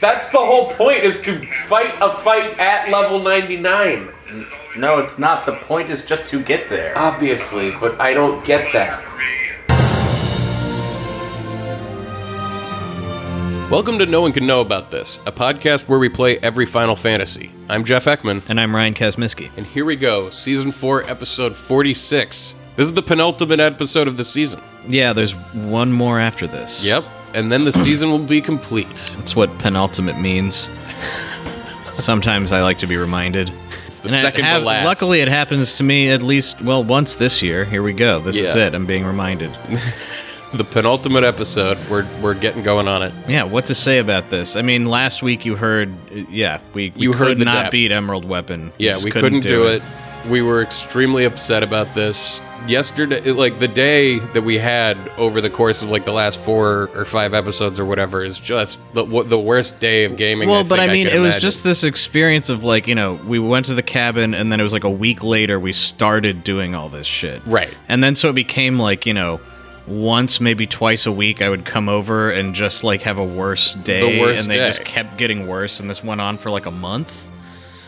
That's the whole point is to fight a fight at level 99. No, it's not. The point is just to get there. Obviously, but I don't get that. Welcome to No One Can Know About This, a podcast where we play every Final Fantasy. I'm Jeff Ekman. And I'm Ryan Kazmiski. And here we go, season 4, episode 46. This is the penultimate episode of the season. Yeah, there's one more after this. Yep. And then the season will be complete. That's what penultimate means. Sometimes I like to be reminded. It's the And it second hap- to last. Luckily, it happens to me at least, well, once this year. Here we go. This is Yeah. it. I'm being reminded. the penultimate episode. We're, we're getting going on it. Yeah, what to say about this? I mean, last week you heard, uh, yeah, we, we You could heard the not depth. beat Emerald Weapon. Yeah, just we couldn't, do, it. We were extremely upset about this. Yesterday, it- like the day that we had over the course of like the last four or five episodes or whatever, is just the, w- the worst day of gaming. Well, I but think I mean, could it was imagine. just this experience of like, you know, we went to the cabin and then it was like a week later we started doing all this shit. Right. And then so it became like, you know, once maybe twice a week I would come over and just like have a worse day The worst and they day. just kept getting worse and this went on for like a month.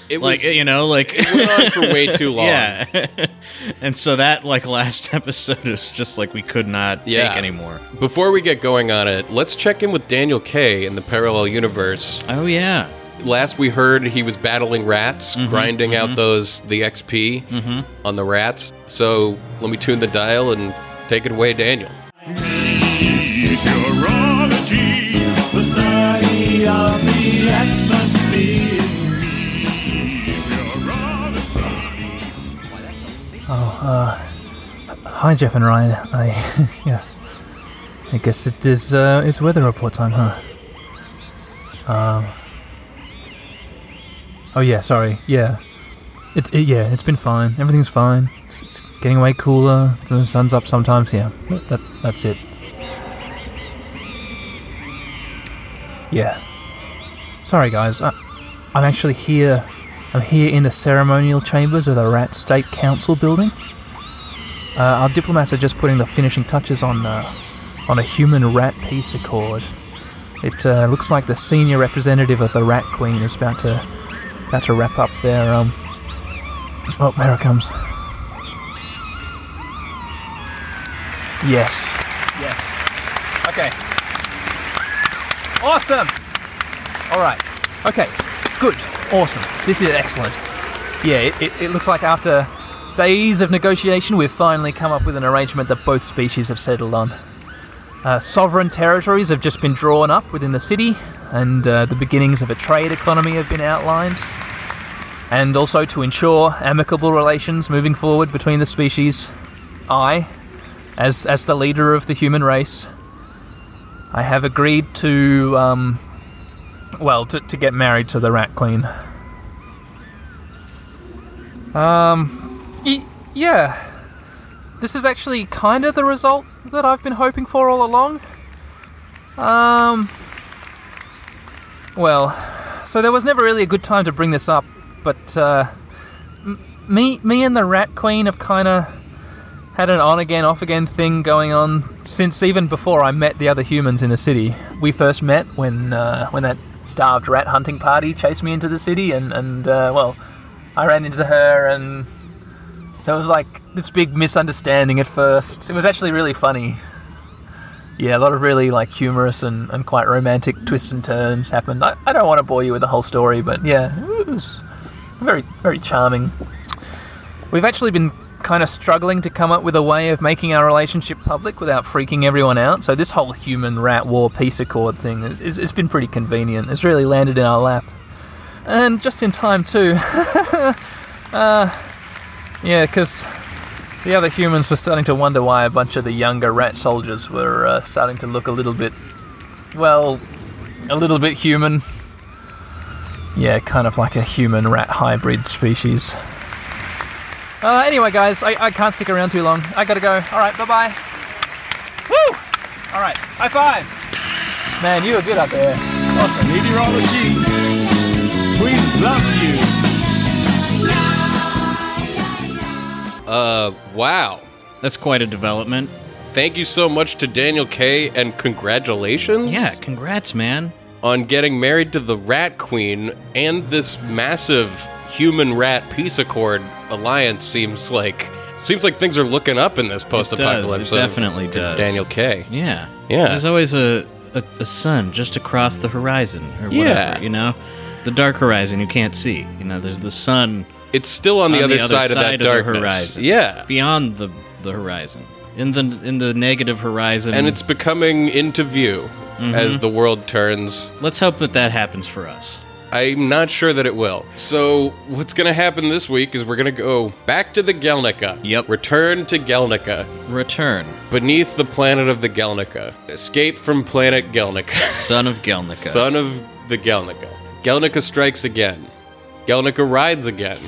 it Like, was, you know, like it went on for way too long. yeah. and so that like last episode was just like we could not Yeah. take anymore. Before we get going on it, let's check in with Daniel K in the parallel universe. Oh yeah. Last we heard, he was battling rats, Mm-hmm, grinding out those the XP on the rats. So let me tune the dial and take it away, Daniel. Meteorology, the study of the atmosphere. Meteorology. Hi, Jeff and Ryan. I yeah. I guess it is uh, it's weather report time, huh? Um. Oh yeah, sorry. Yeah. It, it yeah, it's been fine. Everything's fine. It's, it's getting away cooler. The sun's up sometimes. Yeah, that, that that's it. Yeah. Sorry, guys. I, I'm actually here. I'm here in the ceremonial chambers of the Rat State Council building. Uh, our diplomats are just putting the finishing touches on uh, on a human rat peace accord. It uh, looks like the senior representative of the Rat Queen is about to about to wrap up their um. Oh, there it comes. Yes. Yes. Okay. Awesome. All right. Okay. Good. Awesome. This is excellent. Yeah, it, it, it looks like after days of negotiation, we've finally come up with an arrangement that both species have settled on. Uh, sovereign territories have just been drawn up within the city, and uh, the beginnings of a trade economy have been outlined. And also to ensure amicable relations moving forward between the species, I, as, as the leader of the human race, I have agreed to, um, well, to, to get married to the Rat Queen. Y- yeah. This is actually kind of the result that I've been hoping for all along. Um. Well, so there was never really a good time to bring this up, but uh, m- me, me and the Rat Queen have kind of had an on-again, off-again thing going on since even before I met the other humans in the city. We first met when uh, when that starved rat hunting party chased me into the city, and and uh, well, I ran into her and there was like this big misunderstanding at first. It was actually really funny. Yeah, a lot of really like humorous and, and quite romantic twists and turns happened. I, I don't want to bore you with the whole story, but yeah, it was very, very charming. We've actually been kind of struggling to come up with a way of making our relationship public without freaking everyone out. So this whole human rat war peace accord thing is, is it's been pretty convenient. It's really landed in our lap. And just in time too. Yeah, because the other humans were starting to wonder why a bunch of the younger rat soldiers were uh, starting to look a little bit, well, a little bit human. Yeah, kind of like a human rat hybrid species. Uh, anyway, guys, I, I can't stick around too long. I gotta go. All right, bye bye. Woo! All right, high five. Man, you were good up there. Awesome. Meteorology. We love you. Uh, wow. That's quite a development. Thank you so much to Daniel K and congratulations. Yeah, congrats, man. on getting married to the Rat Queen and this massive human rat peace accord alliance seems like seems like things are looking up in this post-apocalypse. does. It of- definitely for does. Daniel K. Yeah. Yeah. There's always a, a, a sun just across the horizon or whatever, Yeah. you know? The dark horizon you can't see. You know, there's the sun It's still on the, On other, the other side, side of of that the darkness. horizon. Yeah. beyond the the horizon. In the in the negative horizon. And it's becoming into view Mm-hmm. as the world turns let's hope that that happens for us. I'm not sure that it will. So, what's going to happen this week is we're going to go back to the Gelnica. Yep. Return to Gelnica. Return, Beneath the planet of the Gelnica. Escape from planet Gelnica. son of Gelnica. Son of the Gelnica. Gelnica strikes again. Gelnica rides again.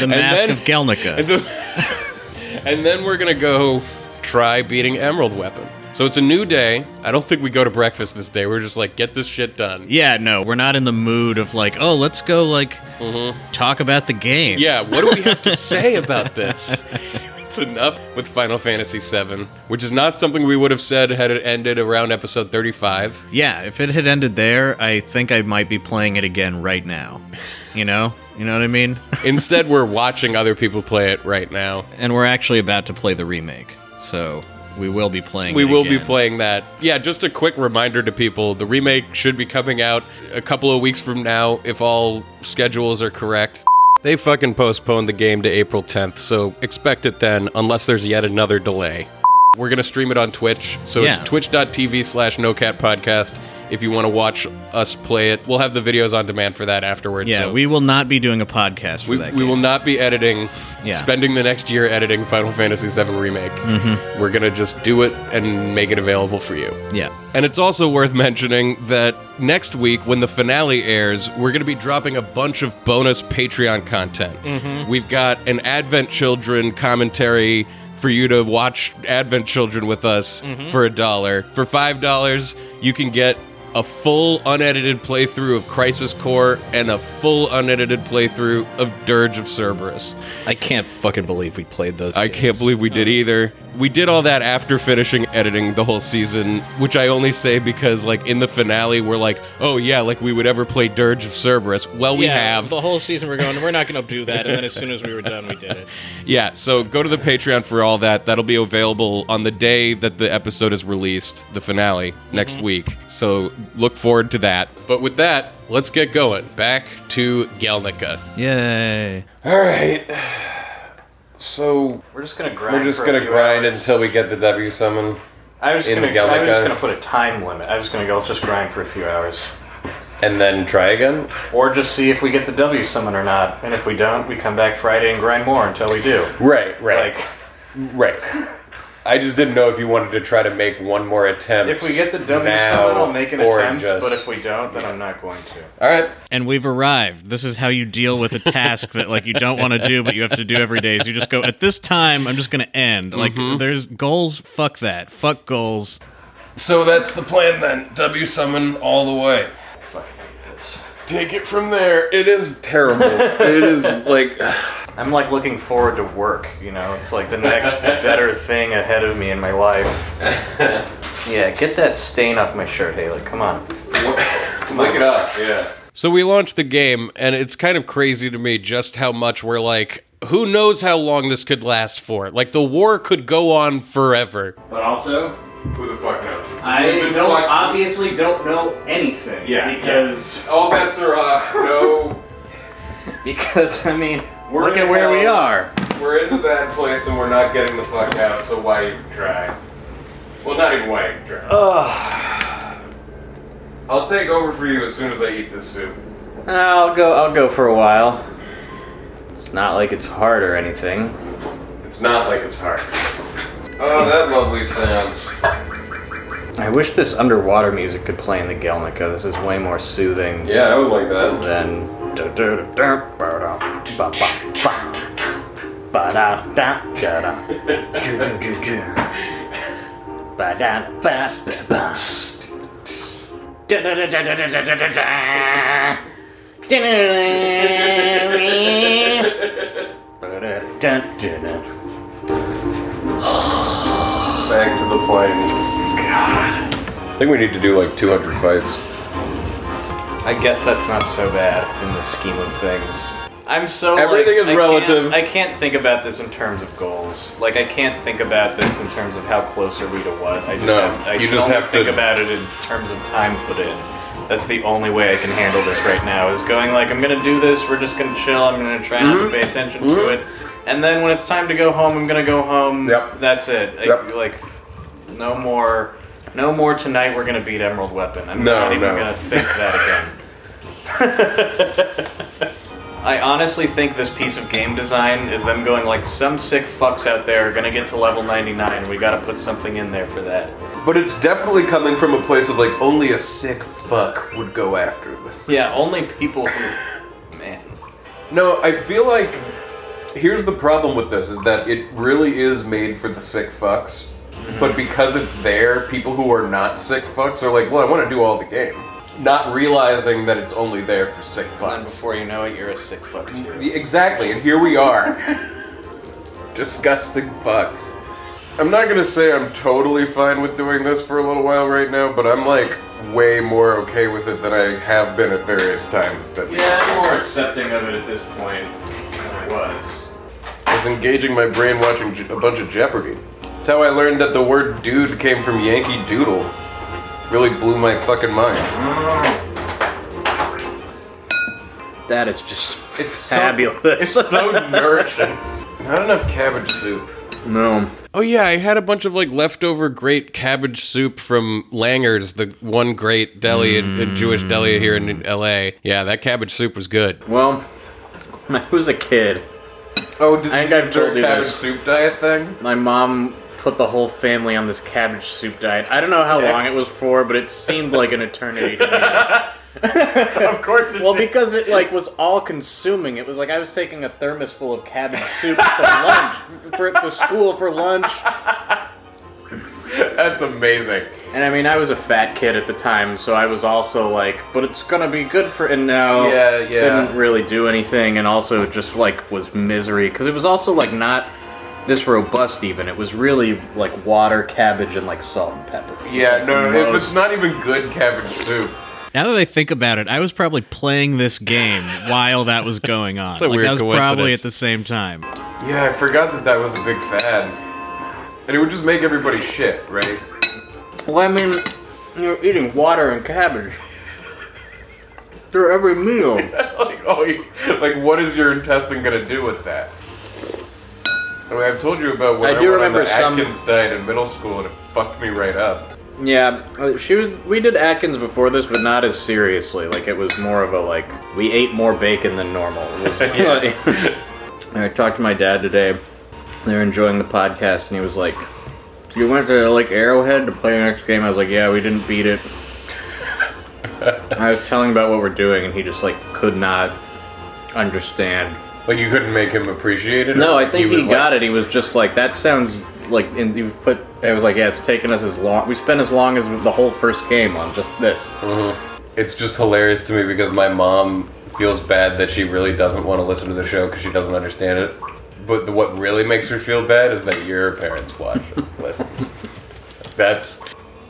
the mask then- of Gelnica. and then we're going to go try beating Emerald Weapon. So, it's a new day. I don't think we go to breakfast this day. We're just like, get this shit done. yeah, no, we're not in the mood of like, oh, let's go like talk about the game. Mm-hmm. Yeah, what do we have to say about this? It's enough with Final Fantasy VII, which is not something we would have said had it ended around episode 35. Yeah, if it had ended there, I think I might be playing it again right now. You know? You know what I mean? Instead, we're watching other people play it right now. and we're actually about to play the remake. So, we will be playing We it will be again. playing that. Yeah, just a quick reminder to people the remake should be coming out a couple of weeks from now if all schedules are correct. They fucking postponed the game to April 10th, so expect it then, unless there's yet another delay. We're going to stream it on Twitch, so Yeah. it's twitch.tv slash nocat podcast if you want to watch us play it. We'll have the videos on demand for that afterwards. Yeah, so we will not be doing a podcast for we, that. we game. will not be editing, Yeah. spending the next year editing Final Fantasy VII Remake. Mm-hmm. We're going to just do it and make it available for you. Yeah. And it's also worth mentioning that next week, when the finale airs, we're going to be dropping a bunch of bonus Patreon content. We've got an Advent Children commentary for you to watch Advent Children with us for a dollar. For $5, you can get a full unedited playthrough of Crisis Core and a full unedited playthrough of Dirge of Cerberus. I can't fucking believe we played those. I can't believe we did either. We did all that after finishing editing the whole season, which I only say because, like, in the finale, we're like, oh, yeah, like we would ever play Dirge of Cerberus. Well, we have. the whole season. We're going. We're not going to do that. And then as soon as we were done, we did it. Yeah, so go to the Patreon for all that. That'll be available on the day that the episode is released, the finale, Mm-hmm. next week. So look forward to that. But with that, let's get going. Back to Gelnica. Yay. All right. So We're just gonna grind. for a few hours. until we get the W summon. I was just in gonna. I was Gallica. just gonna put a time limit. I was just gonna go. Let's just grind for a few hours, And then try again? or just see if we get the W summon or not. And if we don't, we come back Friday and grind more until we do. Right, right. Like, Right. I just didn't know if you wanted to try to make one more attempt. if we get the W now, summon, I'll make an or attempt. just- But if we don't, then I'm not going to. all right, And we've arrived. This is how you deal with a task that like you don't want to do but you have to do every day. Is you just go at this time I'm just going to end. Like there's goals, fuck that. Fuck goals. so that's the plan then. W summon all the way. Take it from there. It is terrible. it is like I'm like looking forward to work. You know, it's like the next better thing ahead of me in my life. yeah, get that stain off my shirt, Haley. Come on. Look it up. Yeah. So we launched the game, and it's kind of crazy to me just how much we're like, who knows how long this could last for? Like the war could go on forever. But also, Who the fuck knows? I We've been don't fucked. obviously don't know anything. Yeah, Because All bets are off. No, because I mean, We're look in at where we hell. are. we're in the bad place and we're not getting the fuck out. So why even try? Well, not even why even try. I'll take over for you as soon as I eat this soup. I'll go. I'll go for a while. It's not like it's hard or anything. It's not like it's hard. Oh, that lovely sounds. I wish this underwater music could play in the Gelnica. This is way more soothing Yeah, I would like that. than. Back to the plane. think we need to do like 200 fights. I guess that's not so bad in the scheme of things. I'm so like, Everything is I can't- relative. I can't think about this in terms of goals. Like I can't think about this in terms of how close are we to what. I just No, have, I you can just only have think to- about it in terms of time put in. That's the only way I can handle this right now. Is going like I'm gonna do this. We're just gonna chill. I'm gonna try Mm-hmm. not to pay attention to it. And then when it's time to go home, I'm gonna go home. Yep. That's it. I- Yep. like no more. No more tonight. We're gonna beat Emerald Weapon. I'm No, not even no. gonna think that again. I honestly think this piece of game design is them going like some sick fucks out there are gonna get to level 99. We gotta put something in there for that. But it's definitely coming from a place of like only a sick fuck would go after this. Yeah, only people who, man, No, I feel like here's the problem with this is that it really is made for the sick fucks. But because it's there, people who are not sick fucks are like, well, I want to do all the game. Not realizing that it's only there for sick and fucks. before you know it, you're a sick fuck too. Yeah, Exactly, and here we are. Disgusting fucks. I'm not gonna say I'm totally fine with doing this for a little while right now, but I'm like way more okay with it than I have been at various times. That Yeah, I'm more accepting of it at this point than I was. I was engaging my brain watching Je- a bunch of Jeopardy. That's how I learned that the word dude came from Yankee Doodle. Really blew my fucking mind. That is just It's so- fabulous. So nourishing. Not enough cabbage soup. no. Oh yeah, I had a bunch of like leftover great cabbage soup from Langer's, the one great deli and Jewish deli here in L.A. Yeah, that cabbage soup was good. Well, when I was a kid, Oh, did I think I've is there told a you cabbage this. soup diet thing? my mom put the whole family on this cabbage soup diet. I don't know how long it was for, but it seemed like an eternity to me. Of course it Well, because it like was all consuming. It was like I was taking a thermos full of cabbage soup for lunch, for to school for lunch. That's amazing. And I mean, I was a fat kid at the time, so I was also like, but it's gonna be good for. And no, Yeah, yeah. didn't really do anything, and also just like was misery because it was also like not this robust even. It was really like water, cabbage, and like salt and pepper. Yeah, no, it Gross. was not even good cabbage soup. Now that I think about it, I was probably playing this game while that was going on. a like, weird that was probably coincidence. at the same time. Yeah, I forgot that that was a big fad. And it would just make everybody shit, right? Well, I mean, you're eating water and cabbage through every meal. like, oh, you, like what is your intestine gonna do with that? I mean, I've told you about when I I, do went on the remember some- Atkins diet in middle school, and it fucked me right up. Yeah, uh, she was. We did Atkins before this, but not as seriously. Like it was more of a like we ate more bacon than normal. It was- I talked to my dad today. They were enjoying the podcast, and he was like, "So you went to like Arrowhead to play your next game?" I was like, "Yeah, we didn't beat it." I was telling about what we're doing, and he just like could not understand. Like you couldn't make him appreciate it. No, I think he, got it. He was just like, that sounds like, and he put, I was like, yeah, it's taken us as long, we spent as long as the whole first game on just this. It's just hilarious to me because my mom feels bad that she really doesn't want to listen to the show because she doesn't understand it. But the, what really makes her feel bad is that your parents watch and listen. That's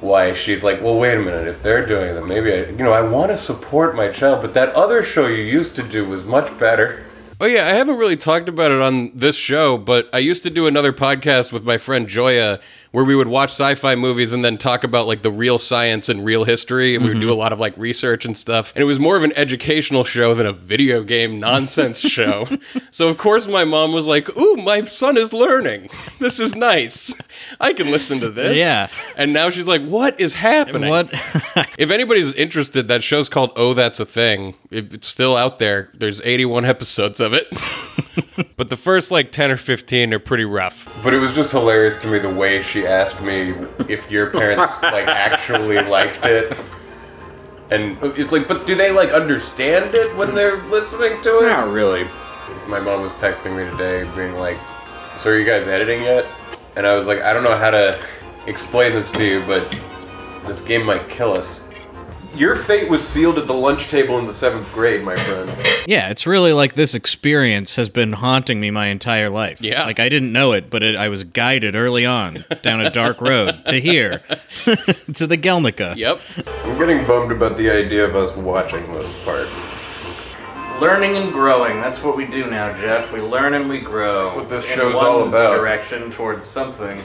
why she's like, well, wait a minute. If they're doing it, maybe I, you know, I want to support my child, but that other show you used to do was much better. Oh yeah, I haven't really talked about it on this show, but I used to do another podcast with my friend Joya where we would watch sci-fi movies and then talk about like the real science and real history and we Mm-hmm. would do a lot of like research and stuff. And it was more of an educational show than a video game nonsense show. So of course my mom was like, "Ooh, my son is learning. This is nice. I can listen to this." Yeah. And now she's like, "What is happening?" What? If anybody's interested, that show's called Oh That's a Thing. If it's still out there, there's 81 episodes of it. but the first like 10 or 15 are pretty rough. But it was just hilarious to me the way she asked me if your parents like actually liked it. And it's like, but do they like understand it when they're listening to it? Not really. My mom was texting me today, being like, "So are you guys editing yet?" And I was like, "I don't know how to explain this to you, but this game might kill us." Your fate was sealed at the lunch table in the seventh grade, my friend. Yeah, it's really like this experience has been haunting me my entire life. Yeah. Like I didn't know it, but it, I was guided early on down a dark road to here, to the Gelnica. Yep. I'm getting bummed about the idea of us watching this part. Learning and growing. That's what we do now, Jeff. We learn and we grow. That's what this in show's one all about. Direction towards something.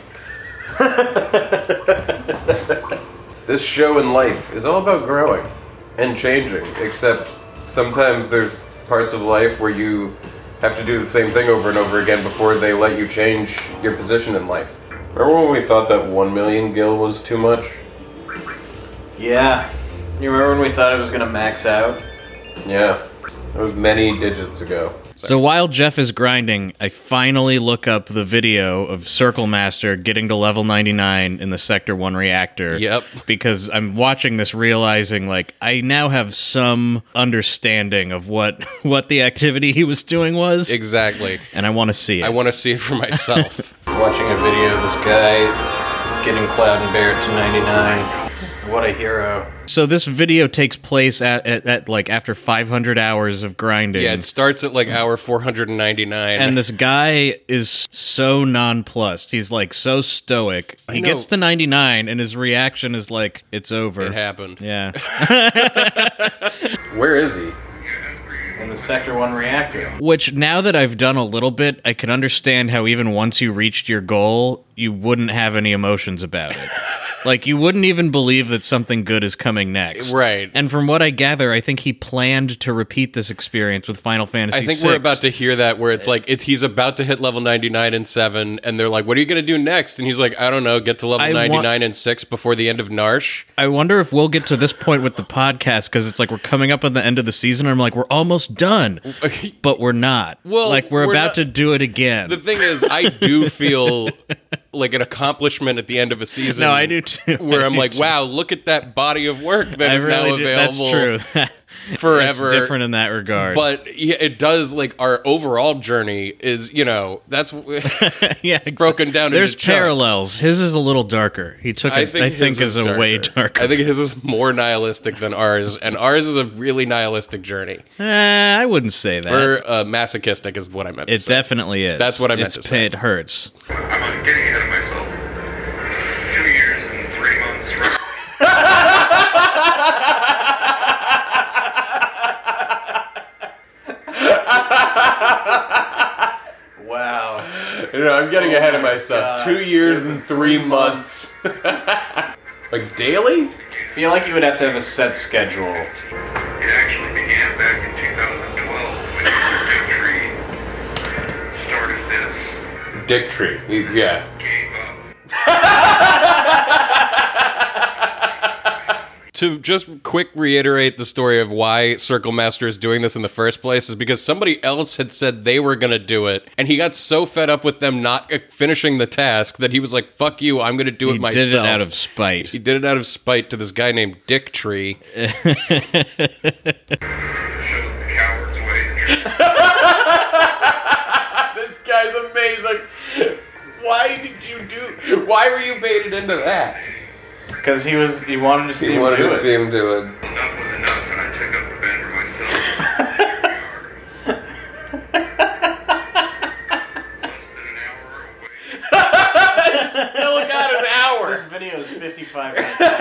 This show in life is all about growing and changing, except sometimes there's parts of life where you have to do the same thing over and over again before they let you change your position in life. Remember when we thought that 1 million gil was too much? Yeah. You remember when we thought it was gonna max out? Yeah. That was many digits ago. So while Jeff is grinding, I finally look up the video of Circle Master getting to level 99 in the Sector 1 reactor. Yep. Because I'm watching this realizing like I now have some understanding of what what the activity he was doing was Exactly. and I want to see it. I want to see it for myself. Watching a video of this guy getting Cloud and Bear to 99. What a hero. so this video takes place at, at, at like after 500 hours of grinding. yeah, it starts at like hour 499. and this guy is so nonplussed. He's like so stoic. He know. gets to 99 and his reaction is like it's over. it happened. Yeah. Where is he? In the Sector 1 reactor. Which now that I've done a little bit, I can understand how even once you reached your goal, you wouldn't have any emotions about it. like you wouldn't even believe that something good is coming next. Right. And from what I gather, I think he planned to repeat this experience with Final Fantasy I think VI. we're about to hear that where it's like it's, he's about to hit level 99 and 7 and they're like what are you going to do next and he's like I don't know get to level I want- 99 and 6 before the end of Narsh. I wonder if we'll get to this point with the podcast because it's like we're coming up on the end of the season. And I'm like, we're almost done, but we're not. Well, like we're, we're about not- to do it again. The thing is I do feel like an accomplishment at the end of a season. No, I do too. Where I I'm do like too. wow look at that body of work that I is now really do- available That's true. It's forever. different in that regard. But yeah, it does like our overall journey is, you know, that's yeah, it's broken down into There's chunks. parallels. His is a little darker. He took, I it. think I think his is, a way darker. I think his is more nihilistic than ours, and ours is a really nihilistic journey. Eh, I wouldn't say that. Or uh, masochistic is what I meant. to it say. definitely is. That's what I meant It's- to say. It hurts. I'm getting ahead of myself. Two years and three months. Wow. You know, I'm getting ahead of myself. Two years and three months. like daily? I feel like you would have to have a set schedule. It actually began back in 2012 when Mr. Tree started this. Dick tree. Yeah. Gave up. to just quick reiterate the story of why Circle Master is doing this in the first place is because somebody else had said they were going to do it, and he got so fed up with them not uh, finishing the task that he was like, "Fuck you, I'm going to do He it myself." did it out of spite. he did it out of spite to this guy named Dick Tree. Shows the coward's way to truth. This guy's amazing. Why did you do? Why were you baited into that? Because he was, he wanted to see He him wanted do to it. see him do it. Enough was enough, and I took up the banner myself. Here we are. Less than an hour away. Still got an hour. This video is 55 minutes. long.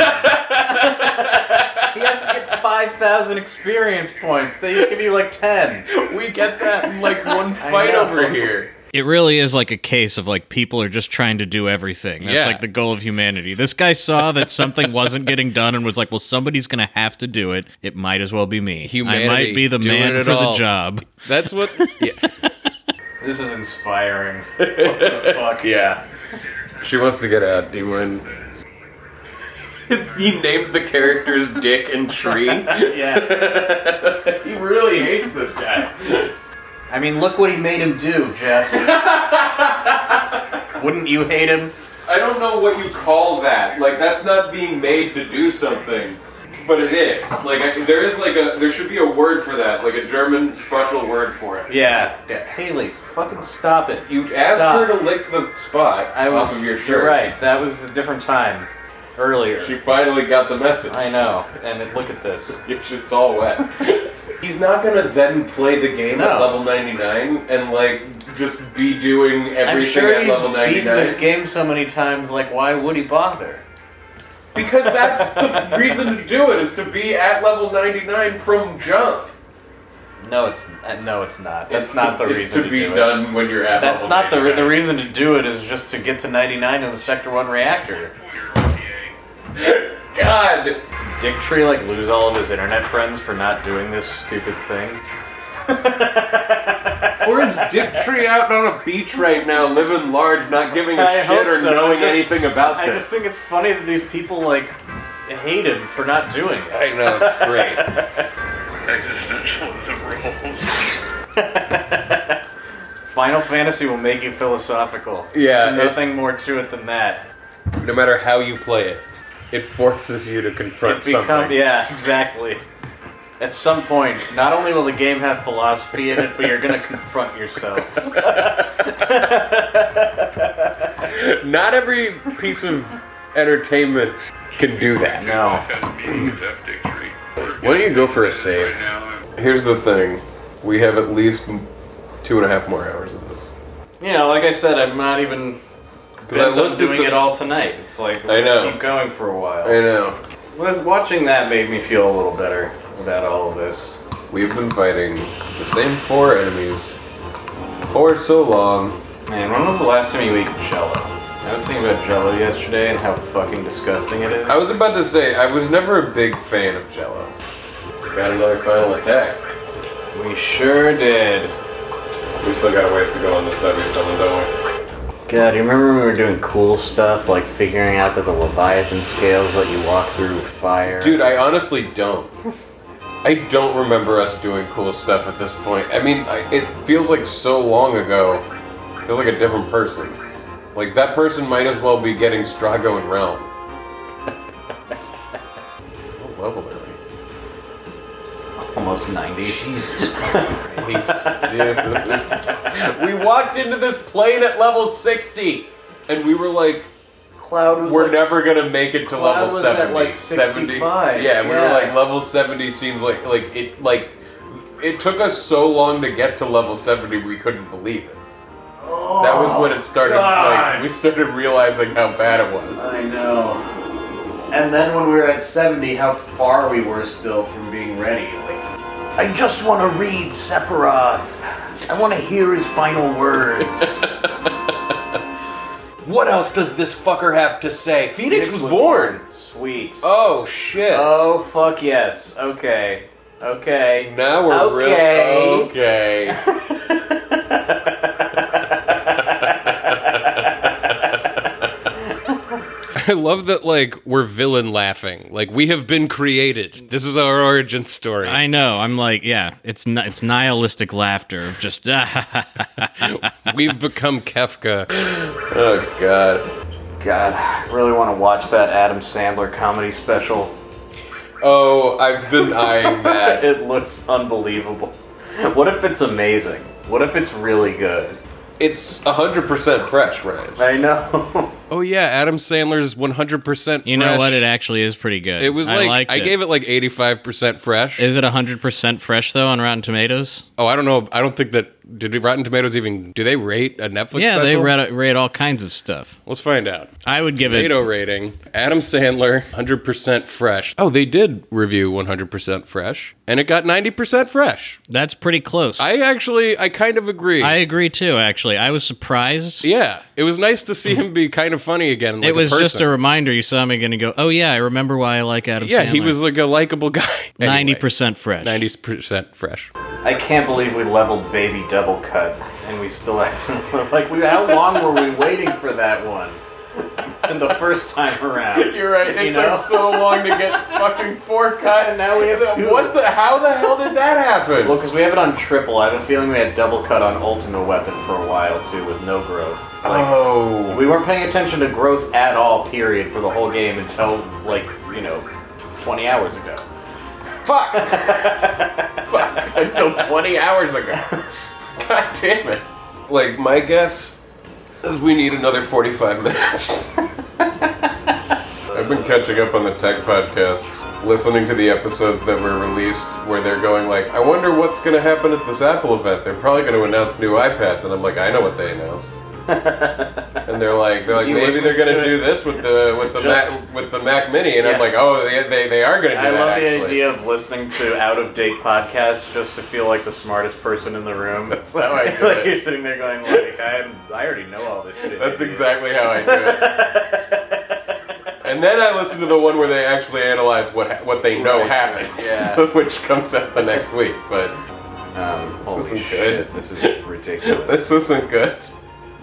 he has to get 5,000 experience points. They give you like 10. We get that in like one fight know. over here. It really is like a case of like people are just trying to do everything. That's Yeah. like the goal of humanity. This guy saw that something wasn't getting done and was like, "Well, somebody's going to have to do it. It might as well be me. I Humanity, might be the doing man it for all." the job." That's what. Yeah. This is inspiring. What the fuck? Yeah. She wants to get out. Do you win? he named the characters Dick and Tree. Yeah. he really hates this guy. I mean, look what he made him do, Jeff. Wouldn't you hate him? I don't know what you call that. Like that's not being made to do something, but it is. Like I, there is like a there should be a word for that, like a German special word for it. Yeah. Haley, fucking stop it. You asked Stop. her to lick the spot I was, off of your shirt. You're right. That was a different time. earlier. She finally got the message. I know. And then look at this. Your shit's all wet. He's not gonna then play the game at No. level 99 and like just be doing I'm everything sure at he's level beaten 99 this game so many times. Like, why would he bother? because that's the reason to do it is to be at level 99 from jump. No, it's uh, no, it's not. That's It's not to, the it's reason to to, be do It. done when you're at. That's level not the re- the 99. reason to do it. Is just to get to 99 in the sector one reactor. God. Dick Tree like lose all of his internet friends for not doing this stupid thing. Or is Dick Tree out on a beach right now, living large, not giving a I shit hope or so. I knowing just- anything about I this? just think it's funny that these people like hate him for not doing it. I know it's great. Existentialism rules. Final Fantasy will make you philosophical. Yeah, There's nothing more to it than that. no matter how you play it, it forces you to confront It become- something. yeah, exactly. At some point, not only will the game have philosophy in it, but you're gonna confront yourself. Not every piece of entertainment can do that. No. Has meanings F Dictionary. Why don't you go for a save? Right now, Here's the thing: we have at least two and a half more hours of this. You know, like I said, I'm not even I bent on looked at doing the- it all tonight. It's like I know. keep going for a while. I know Was watching that made me feel a little better about all of this. we've been fighting the same four enemies for so long. Man, when was the last time you ate Jello? I was thinking about Jello yesterday and how fucking disgusting it is. I was about to say I was never a big fan of Jello. Got another final attack. Oh. we sure did. We still got a ways to go on this W summon, don't we? God, you remember when we were doing cool stuff like figuring out that the Leviathan scales let you walk through fire? Dude, I honestly don't. I don't remember us doing cool stuff at this point. I mean, I, it feels like so long ago. Feels like a different person. Like that person might as well be getting Strago and Realm. what level are we? almost 90. Christ, dude. we walked into this plane at level 60, and we were like, Cloud was we're like- never gonna make it to Cloud level was at, 70 like, 70 65, yeah, we were yeah. like level 70 seems like like it like it took us so long to get to level 70 we couldn't believe it that was when it started like we started realizing how bad it was I know. And then when we were at 70, how far we were still from being ready. Like, I just want to read Sephiroth. I want to hear his final words. what else does this fucker have to say phoenix was born Sweet. oh shit Oh, fuck yes. Okay. Okay. now we're Okay. real okay I love that, like, we're villain laughing. Like, we have been created. This is our origin story. I know. I'm like, yeah, it's ni- it's nihilistic laughter of just ah, We've become Kefka. oh god God, I really want to watch that Adam Sandler comedy special. oh i've been eyeing that It looks unbelievable. What if it's amazing? What if it's really good? it's 100% fresh ryan I know. Oh, yeah, Adam Sandler's 100% you know fresh. what? It actually is pretty good. It was like, I, liked gave it like 85% fresh. Is it 100% fresh though on Rotten Tomatoes? oh, I don't know. I don't think that. Did Rotten Tomatoes even. Do they rate a Netflix yeah, special? they rate, rate all kinds of stuff. Let's find out. I would give it. Tomato rating. Adam Sandler, 100% fresh. Oh, they did review 100% fresh, and it got 90% fresh. That's pretty close. I, I actually, I kind of agree. agree too. Actually, I was surprised. yeah, it was nice to see him be kind of funny again. Like Mm-hmm. it was a person. just a reminder. You saw me going to go. Oh yeah, I remember why I like Adam. yeah. Sandler. He was like a likable guy. ninety percent fresh. Ninety percent fresh. I can't believe we leveled Baby Double Cut and we still haven't. Like, we, how long were we waiting for that one? And the first time around. You're right. It You know? took so long to get fucking four cut, and now we have two. What the? How the hell did that happen? Well, because we have it on triple. I have a feeling we had double cut on Ultima Weapon for a while too, with no growth. Like, oh, We weren't paying attention to growth at all, period, for the whole game until, like, you know, 20 hours ago. fuck! fuck! Until 20 hours ago. God damn it! Like my guess is we need another 45 minutes. I I've been catching up on the tech podcasts, listening to the episodes that were released where they're going like, I wonder what's going to happen at this Apple event. They're probably going to announce new iPads, and I'm like, I know what they announced. and they're like, they're like, You maybe listen they're going to to do this with the with the Just- Mac, with the Mac Mini, and I'm Yeah. like, oh, they they, they are going to do I that. love the actually. idea of listening to out of date podcasts just to feel like the smartest person in the room. That's how I do like you're it. sitting there going like I'm, I already know all this shit. That's exactly how I do it. and then I listen to the one where they actually analyze what ha- what they know Right, happened, yeah. which comes out the next week. But Um, holy isn't shit, good. this is ridiculous. this isn't good.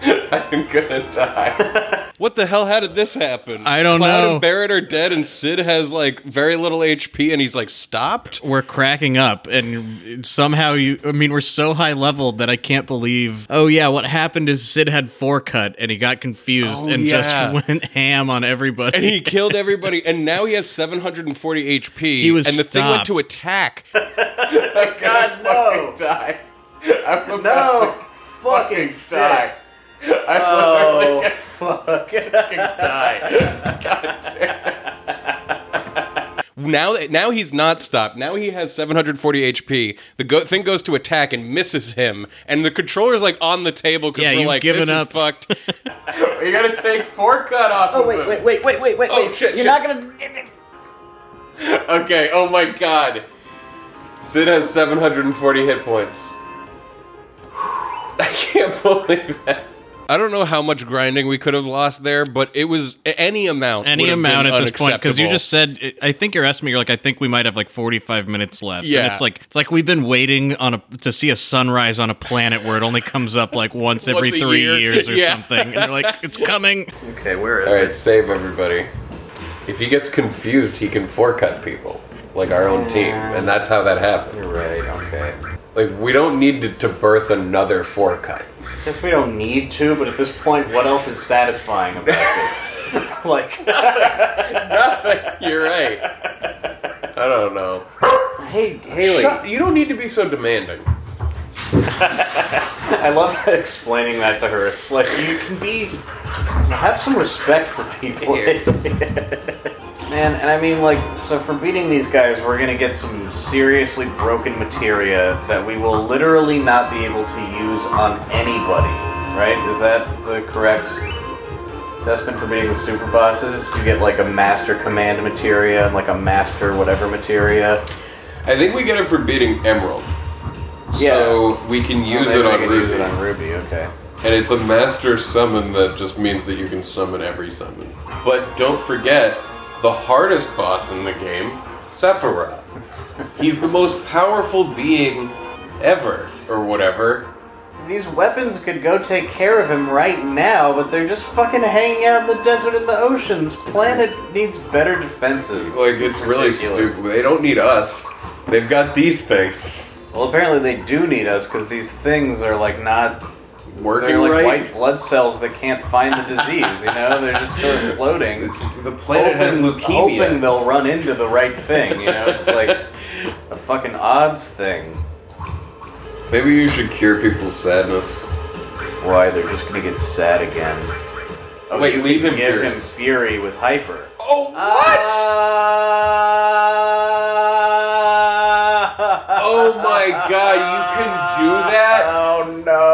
I'm gonna die. What the hell? How did this happen? I don't Cloud know. and Barrett are dead, and Sid has like very little HP, and he's like stopped. We're cracking up, and somehow you. I mean, we're so high level that I can't believe. Oh, yeah, what happened is Sid had four cut, and he got confused Oh, and yeah. just went ham on everybody. And he killed everybody, and now he has 740 HP. He was and the thing went to stopped. attack. God no, die. I'm about no, to fucking fucking die. shit. I'm Oh literally fuck! gonna die. God damn. Now, now he's not stopped. Now he has 740 HP. The go- thing goes to attack and misses him, and the controller's like on the table because Yeah, we're you've like, given this up." is fucked. You gotta take four cut off. Oh of wait, him. wait, wait, wait, wait, wait. Oh, wait. shit, You're shit. not gonna. Okay, oh my god. Sid has 740 hit points. I can't believe that. I don't know how much grinding we could have lost there, but it was a- any amount. any would have amount been at this point because you unacceptable. just said i think you're asking me you're like i think we might have like 45 minutes left and Yeah. it's like it's like we've been waiting on a to see a sunrise on a planet where it only comes up like once every Once a three year. years or Yeah. something and you're like it's coming Okay, where is Alright, save everybody. If he gets confused, he can four cut people. Like our own team. And that's how that happened. it? Right. Okay. Like, we don't need to, to birth another four cut. Guess we don't need to, but at this point, what else is satisfying about this? like, You're right. I don't know. hey, Haley, Shut, you don't need to be so demanding. I love explaining that to her. It's like you can be have some respect for people. Man, and I mean, like, so from beating these guys, we're gonna get some seriously broken materia that we will literally not be able to use on anybody, right? Is that the correct assessment for beating the super bosses? You get like a master command materia and like a master whatever materia. I think we get it for beating Emerald. Yeah. So we can use Maybe Oh, it I on could Ruby. Use it on Ruby. Okay. And it's a master summon that just means that you can summon every summon. But don't forget, the hardest boss in the game, Sephiroth. He's the most powerful being ever, or whatever. These weapons could go take care of him right now, but they're just fucking hanging out in the desert and the ocean. This planet needs better defenses. Like, it's really Ridiculous. stupid. They don't need us, they've got these things. Well, apparently they do need us because these things are like not. Working they're like right. white blood cells that can't find the disease. You know, they're just sort of floating. It's, the planet has Hoping leukemia. they'll run into the right thing. You know, it's like a fucking odds thing. Maybe you should cure people's sadness. Why they're just gonna get sad again? Oh, Wait, you leave can him give furious. him fury with hyper. Oh, what? oh my god, you can do that? Oh no!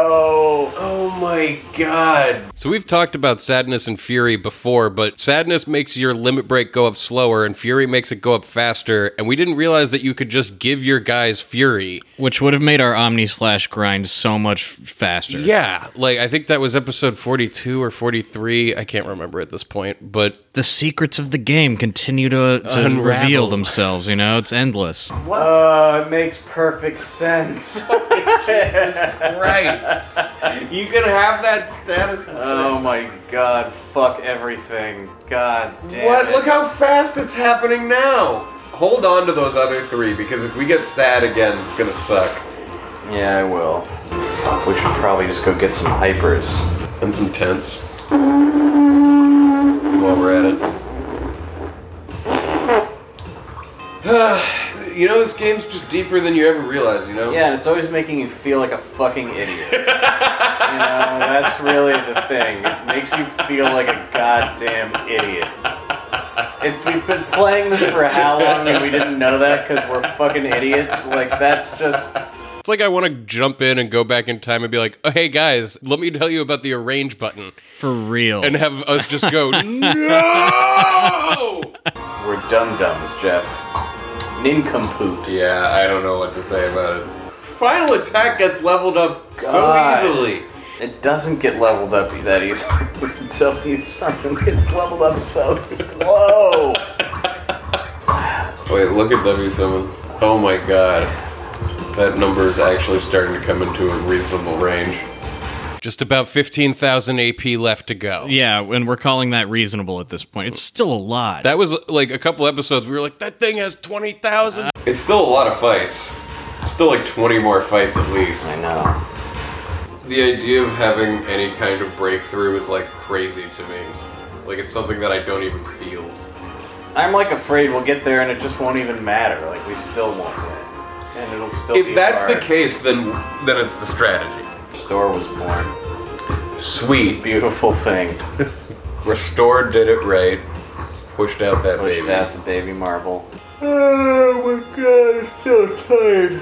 Oh my god. So we've talked about sadness and fury before, but sadness makes your limit break go up slower, and fury makes it go up faster. And we didn't realize that you could just give your guys fury. which would have made our omni slash grind so much faster Yeah, like I think that was episode forty-two or forty-three. I can't remember at this point, but the secrets of the game continue to, to Unravel. reveal themselves you know it's endless Uh, it makes perfect sense. Christ. You can have that status. oh my god! Fuck everything! God damn! what? it. Look how fast it's happening now. Hold on to those other three because if we get sad again, it's gonna suck. Yeah, I will. Fuck. We should probably just go get some hypers. And some tents. While we're at it. you know, this game's just deeper than you ever realize, you know? Yeah, and it's always making you feel like a fucking idiot. you know, that's really the thing. It makes you feel like a goddamn idiot. It, we've been playing this for how long and we didn't know that because we're fucking idiots. Like that's just It's like I want to jump in and go back in time and be like, oh, "Hey guys, let me tell you about the arrange button," For real. and have us just go, "No!" we're dum dums, Jeff. Nincompoops. Yeah, I don't know what to say about it. Final attack gets leveled up God. so easily. It doesn't get leveled up that easily until he's something gets leveled up so slow. Wait, look at W7. Oh my god. That number is actually starting to come into a reasonable range. Just about fifteen thousand AP left to go. yeah, and we're calling that reasonable at this point. It's still a lot. That was like a couple episodes. We were like, "That thing has twenty thousand. It's still a lot of fights. Still like 20 more fights at least. I know. The idea of having any kind of breakthrough is like crazy to me. Like it's something that I don't even feel. I'm like afraid we'll get there and it just won't even matter. Like we still won't win, and it'll still. be If that's the hard. case, then then it's the strategy. store was born. Sweet. Beautiful thing. Restore did it right. Pushed out that Pushed baby. out the baby marble. You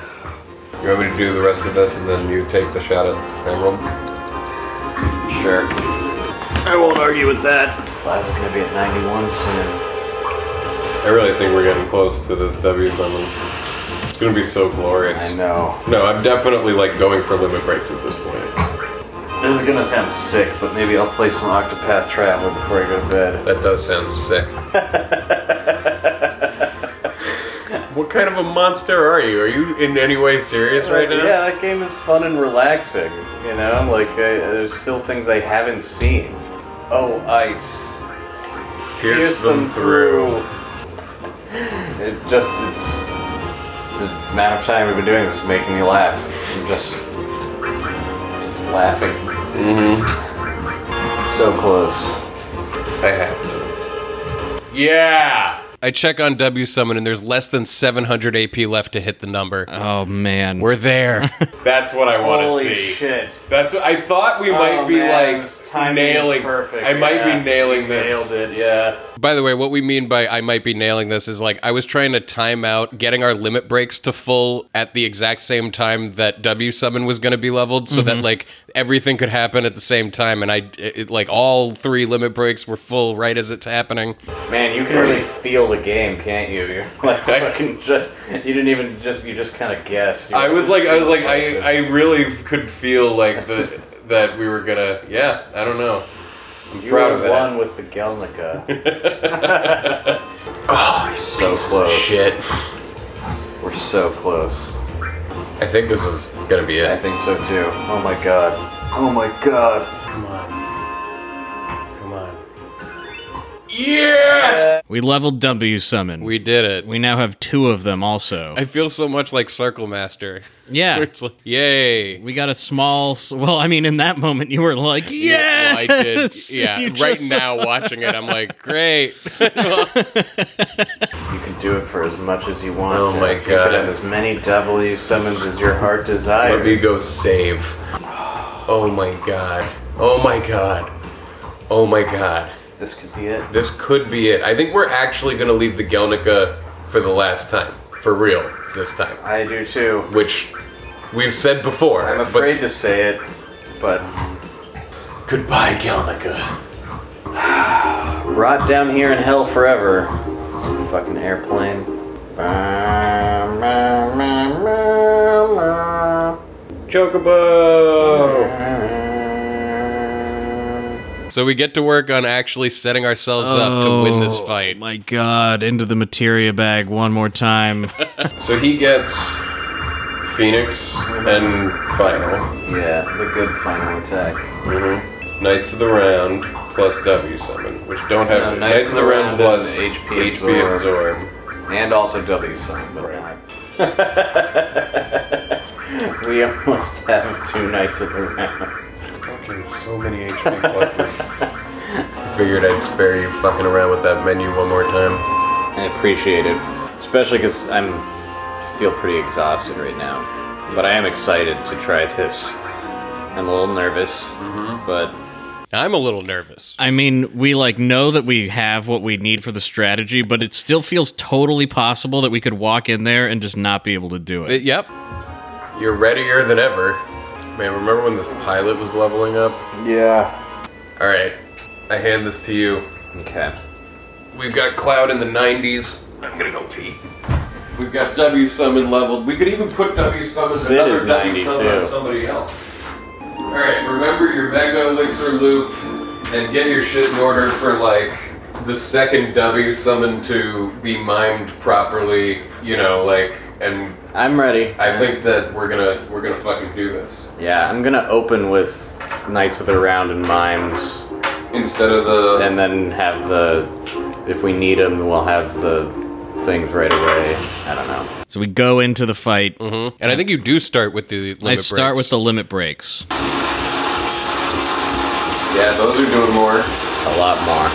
want me to do the rest of this and then you take the shot at Emerald? Sure. I won't argue with that. Cloud's gonna be at 91 soon. I really think we're getting close to this W summon. It's gonna be so glorious. I know. No, I'm definitely like going for limit breaks at this point. This is gonna sound sick, but maybe I'll play some Octopath Traveler before I go to bed. That does sound sick. what kind of a monster are you? Are you in any way serious right now? Yeah, that game is fun and relaxing. You know, like I, there's still things I haven't seen. Oh, ice. Pierce, them, through. It just, it's. The amount of time we've been doing this is making me laugh. I'm just. Just laughing. Mm-hmm. So close. I have to. Yeah. I check on W Summon and there's less than 700 AP left to hit the number. oh man. We're there. That's what I want to see. Holy shit. That's what I thought we might Oh, be man, this like timing is nailing. Perfect. I might yeah. be nailing You this. Nailed it, yeah. by the way, what we mean by I might be nailing this is like I was trying to time out getting our limit breaks to full at the exact same time that W Summon was going to be leveled so Mm-hmm. that like everything could happen at the same time and I it, it- like all three limit breaks were full right as it's happening. Man, you can really feel the game, can't you? You're like fucking ju- you didn't even just you just kind of guessed. You I was like, I was like, I, It's I really could feel like the that we were gonna. Yeah, I don't know. I'm you proud were of that. one with the Gelnica. oh, so close. We're so close. I think this is gonna be I it. think so too. Oh my god. Oh my god. Come on. Come on. Yes. we leveled W summon. We did it. we now have two of them also. I feel so much like Circle Master. yeah. It's like, yay. We got a small. s- Well, I mean, in that moment, you were like, Yeah, "Yeah, well, I did. Yeah, right now watching it, I'm like, great. You can do it for as much as you want. Oh my You could God. have as many W summons as your heart desires. Let me go save. Oh my god. Oh my god. Oh my god. This could be it. This could be it. I think we're actually gonna leave the Gelnica for the last time, for real this time. I do too. which we've said before. I'm afraid to say it, but But goodbye, Galnica. Rot down here in hell forever. Fucking airplane. Chocobo. so we get to work on actually setting ourselves up to win this fight. Oh My God, into the materia bag one more time. So he gets Phoenix and Final, Yeah, the good final attack. Knights of the Round plus W Summon, which don't have No, Knights of the Round plus and HP, HP absorb. Absorb. And also W sign, but I- we almost have two nights of the round. Fucking so many HP pluses. Figured I'd spare you fucking around with that menu one more time. I appreciate it. Especially because I'm I feel pretty exhausted right now. Mm-hmm. But I am excited to try this. I'm a little nervous, but I'm a little nervous. I mean, we like know that we have what we need for the strategy, but it still feels totally possible that we could walk in there and just not be able to do Uh, it. yep. You're readier than ever. Man, remember when this pilot was leveling up? Yeah. All right, I hand this to you. Okay. We've got Cloud in the 90s. I'm gonna go pee. We've got W Summon leveled. We could even put W Summon Sid another is W Summon 92. on somebody else. All right, remember your Mega Elixir loop and get your shit in order for like the second W Summon to be mimed properly. You know, like, and I'm ready. I think that we're gonna we're gonna fucking do this Yeah, I'm gonna open with Knights of the Round and Mimes, instead of the and then have the. If we need them, we'll have the things right away. I don't know. So we go into the fight. Mm. And I think you do start with the limit I start breaks. with the limit breaks. yeah. Those are doing more. A lot more.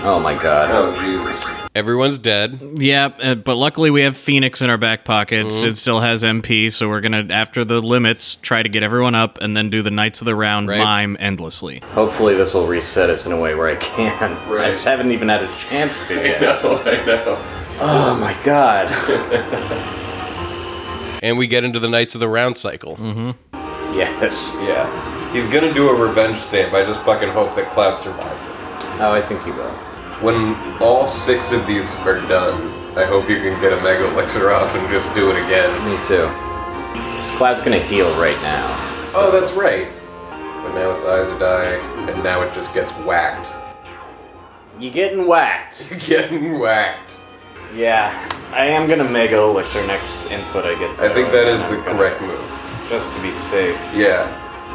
Oh my god. Oh Jesus. Everyone's dead. Yeah, uh, but luckily we have Phoenix in our back pockets. Mm-hmm. It still has MP, so we're gonna after the limits try to get everyone up and then do the Knights of the Round Right. mime endlessly. Hopefully, this will reset us in a way where I can. I Right. just haven't even had a chance to I yet. know. I know. Oh my god. And we get into the Knights of the Round cycle. Hmm. Yes. Yeah. He's gonna do a revenge stamp. I just fucking hope that Cloud survives it. Oh, I think you will. When all six of these are done, I hope you can get a Mega Elixir off and just do it again. Me too. So Cloud's gonna heal right now. Oh, that's right. But now its eyes are dying, and now it just gets whacked. You getting whacked? Getting whacked. Yeah. I am gonna mega elixir next input I get. I think that is the I'm gonna- correct move. Just to be safe. Yeah.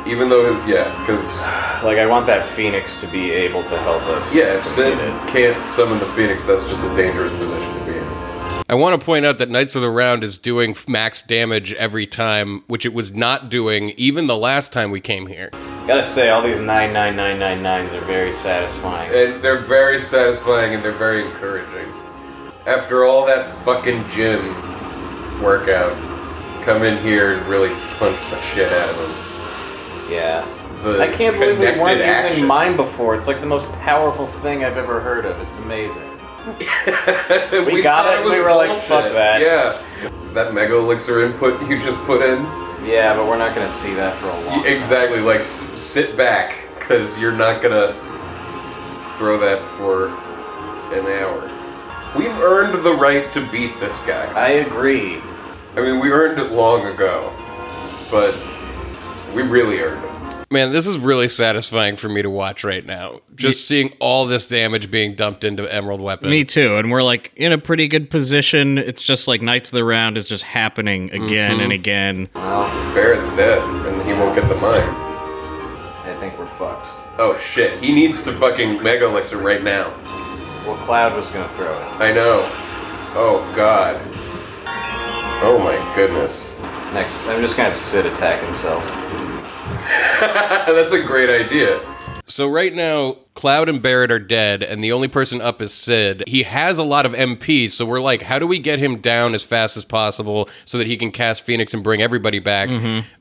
Even though, yeah, because, Like I want that phoenix to be able to help us. yeah, if Sid complete it. can't summon the Phoenix, that's just a dangerous position to be in. I want to point out that Knights of the Round is doing f- max damage every time, which it was not doing even the last time we came here. Gotta say, all these 99999s are very satisfying. And they're very satisfying and they're very encouraging. After all that fucking gym workout, come in here and really punch the shit out of them. Yeah. The I can't believe we connected weren't action. using mime before. It's like the most powerful thing I've ever heard of. It's amazing. We got thought it, we were like, fuck that. Yeah. Is that mega elixir input you just put in? Yeah, but we're not gonna see that for a while. Exactly. Like, s- sit back because you're not gonna throw that for an hour. We've earned the right to beat this guy. I agree. I mean, we earned it long ago, but we really earned it. Man, this is really satisfying for me to watch right now. Just seeing all this damage being dumped into Emerald Weapon. Me too, and we're like in a pretty good position. It's just like Knights of the Round is just happening Mm-hmm. again and again. Barrett's dead, and he won't get the mine. I think we're fucked. Oh shit, he needs to fucking Mega Elixir right now. Well, Cloud was gonna throw it. I know. Oh god. Oh my goodness. Next, I'm just gonna have Sid attack himself. That's a great idea. So right now, Cloud and Barrett are dead, and the only person up is Sid. He has a lot of MP, so we're like, how do we get him down as fast as possible so that he can cast Phoenix and bring everybody back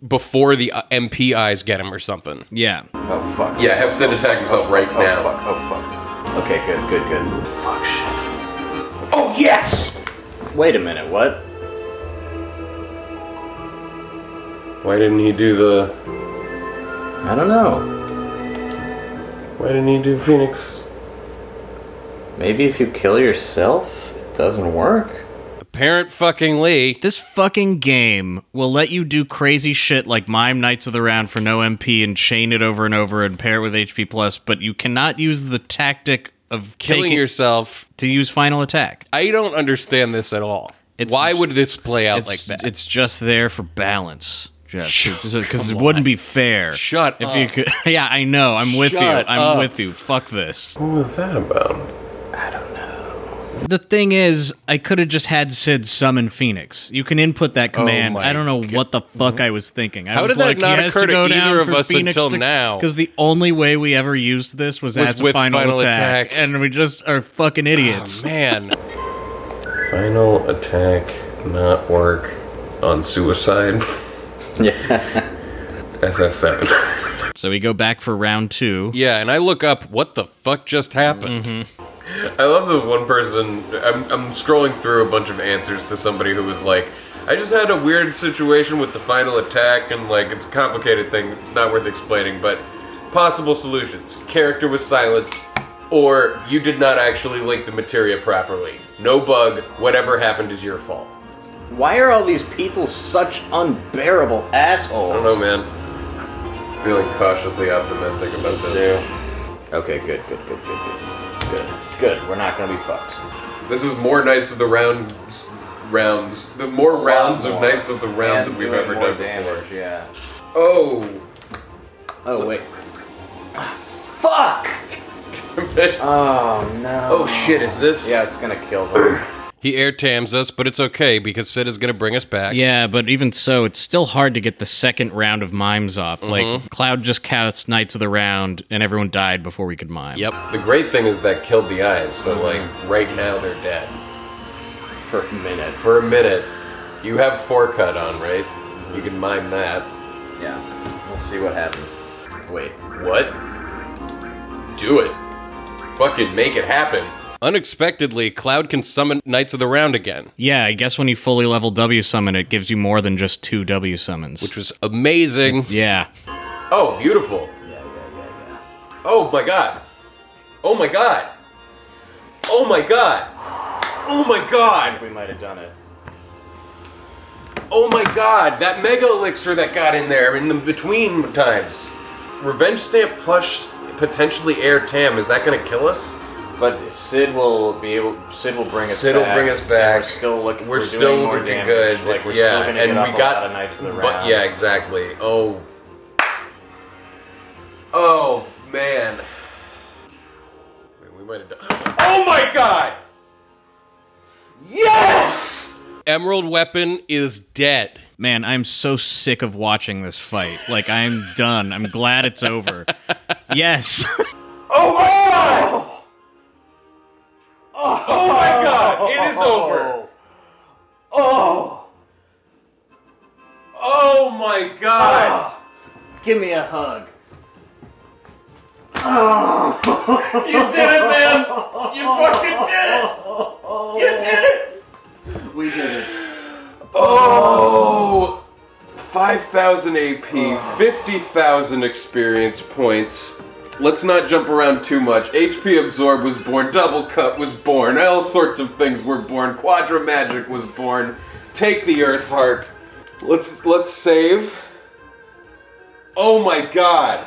before the uh, MP eyes get him or something? Yeah. Oh fuck. Yeah, have Sid attack himself right Oh now. fuck. Oh fuck. Okay, good, good, good. Fuck shit. Oh yes! Wait a minute. What? Why didn't he do the. I don't know. Why didn't he do Phoenix? Maybe if you kill yourself, it doesn't work. Apparent fucking Lee. This fucking game will let you do crazy shit like mime Knights of the Round for no MP and chain it over and over and pair it with HP plus, but you cannot use the tactic of killing taking- yourself. to use final attack. I don't understand this at all. It's- Why would this play out it's, like that? It's just there for balance, Jeff. Because it come wouldn't on. be fair. Shut if up. you could. Yeah, I know. I'm with you. Shut I'm up. with you. Fuck this. What was that about? The thing is, I could have just had Sid summon Phoenix. You can input that command. Oh my Mm-hmm. I don't know what the fuck I was thinking. I How was did that like, not occur to either of us until now? Because the only way we ever used this was, Was as a with final, final attack, attack. Um, and we just are fucking Oh, idiots. Man, Final attack not work on suicide. Yeah. FF7. So we go back for round two. Yeah, and I look up what the fuck just happened. I love the one person. I'm, I'm scrolling through a bunch of answers to somebody who was like, I just had a weird situation with the final attack, and like, it's a complicated thing. It's not worth explaining, but possible solutions. Character was silenced, or you did not actually link the materia properly. No bug. Whatever happened is your fault. Why are all these people such unbearable assholes? I don't know, man. Feeling cautiously optimistic about this. Okay, good, good, good, good, good, good, good. We're not gonna be fucked. This is more Knights of the Round rounds. The more rounds of More. Knights of the Round And that we've doing ever more done before. damage, Yeah. Oh. Oh wait. Ah, fuck! Oh no. Oh shit, is this? Yeah, it's gonna kill them. He air tams us, but it's okay because Sid is gonna bring us back. Yeah, but even so, it's still hard to get the second round of mimes off. Mm-hmm. Like Cloud just cast Knights of the Round, and everyone died before we could mime. Yep. Mm-hmm. The great thing is that killed the eyes, so like right now they're dead. For a minute. For a minute, you have four cut on, right? You can mime that. Yeah. We'll see what happens. Wait. What? Do it. Fucking make it happen. Unexpectedly, Cloud can summon Knights of the Round again, Yeah, I guess when you fully level W summon, it gives you more than just two W summons. which was amazing. yeah. Oh, beautiful. Oh my god. Oh my god. Oh my god. Oh my god. We might have done it. Oh my god. That mega elixir that got in there in the between times. Revenge stamp plush potentially air tam. Is that gonna kill us? But Sid will be able. Sid will bring us. Sid will back, bring us and back. We're still looking. We're, doing still more looking damage. good. Like we're yeah, still gonna and get we off got a lot of knights in the but- round. yeah, exactly. Oh, oh man. Wait, we might have done. Oh my god! Yes! Emerald Weapon is dead. Man, I'm so sick of watching this fight. Like, I'm done. I'm glad it's over. Yes. Oh my god! Oh my god! It is over. Oh. Oh my god! Give me a hug. You did it, man! You fucking did it! You did it! We did it. Oh! 5,000 AP, 50,000 experience points. Let's not jump around too much. HP Absorb was born, Double Cut was born, all sorts of things were born, Quadra Magic was born, Take the Earth Harp. Let's let's save. Oh my god!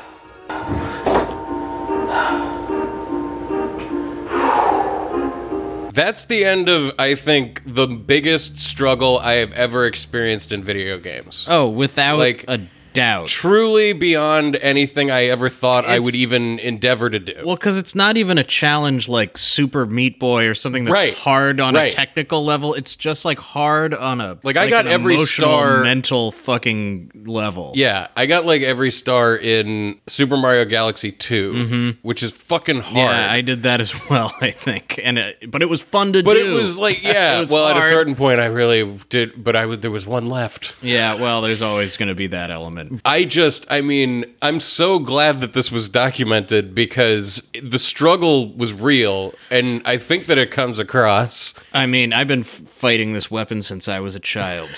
That's the end of, I think, the biggest struggle I have ever experienced in video games. Oh, without Like- a doubt. Truly beyond anything I ever thought I would It's- even endeavor to do. Well, because it's not even a challenge like Super Meat Boy or something that's Right. hard on Right. a technical level. It's just like hard on a Like, I got an every emotional, star- mental fucking level. yeah, I got like every star in Super Mario Galaxy 2, which is fucking hard. Mm-hmm. yeah, I did that as well. I think, and uh, but it was fun to but do. it was like, yeah, It was well, at a hard. certain point, I really did, but I was, there was one left. yeah. Well, there's always going to be that element. I just, I mean, I'm so glad that this was documented because the struggle was real, and I think that it comes across. I mean, I've been f- fighting this weapon since I was a child.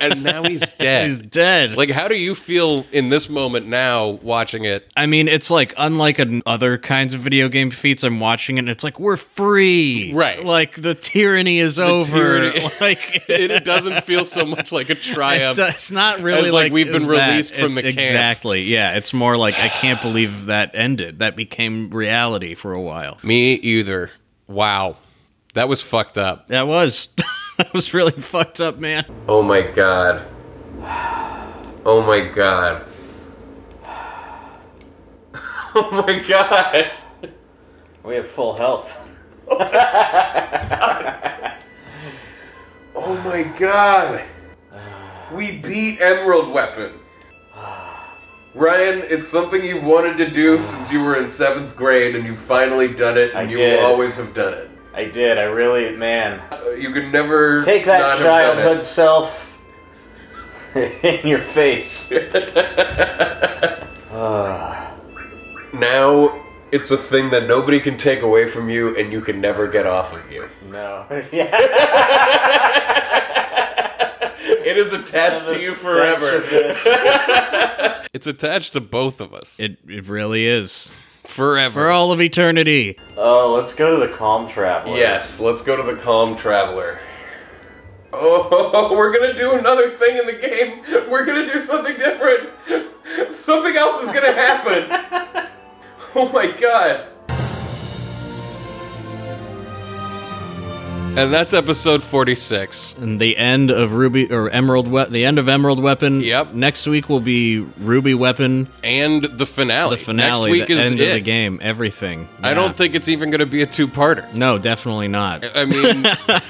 And now he's dead. He's dead. like, how do you feel in this moment now watching it? I mean, it's like unlike an other kinds of video game feats. I'm watching it, and it's like we're free, Right. Like the tyranny is over. tyranny- like It, it doesn't feel so much like a triumph. it's not really As, like, like, we've been that. released from the camp. exactly. Yeah, it's more like I can't believe that ended. That became reality for a while. Me either. Wow. That was fucked up. That was that was really fucked up, man. Oh my god. Oh my god. Oh my god. We have full health. Oh my god. We beat Emerald Weapon. Ryan, it's something you've wanted to do since you were in seventh grade, and you've finally done it, and I you did. will always have done it. I did. I really, man. Uh, You could never Take that not have done childhood it. self in your face. now it's a thing that nobody can take away from you and you can never get off of you. No. It is attached to you forever. It's attached to both of us It it really is forever. for all of eternity. Oh, let's go to the calm traveler. Yes, let's go to the calm traveler. Oh, we're gonna do another thing in the game. We're gonna do something different. Something else is gonna happen. Oh my god. and that's episode 46. And the end of Ruby or Emerald we- the end of Emerald Weapon. Yep. Next week will be Ruby Weapon, And the finale. the finale, Next week the is end it. of the game, everything. I Yeah. don't think it's even going to be a two parter. No, definitely not. I mean,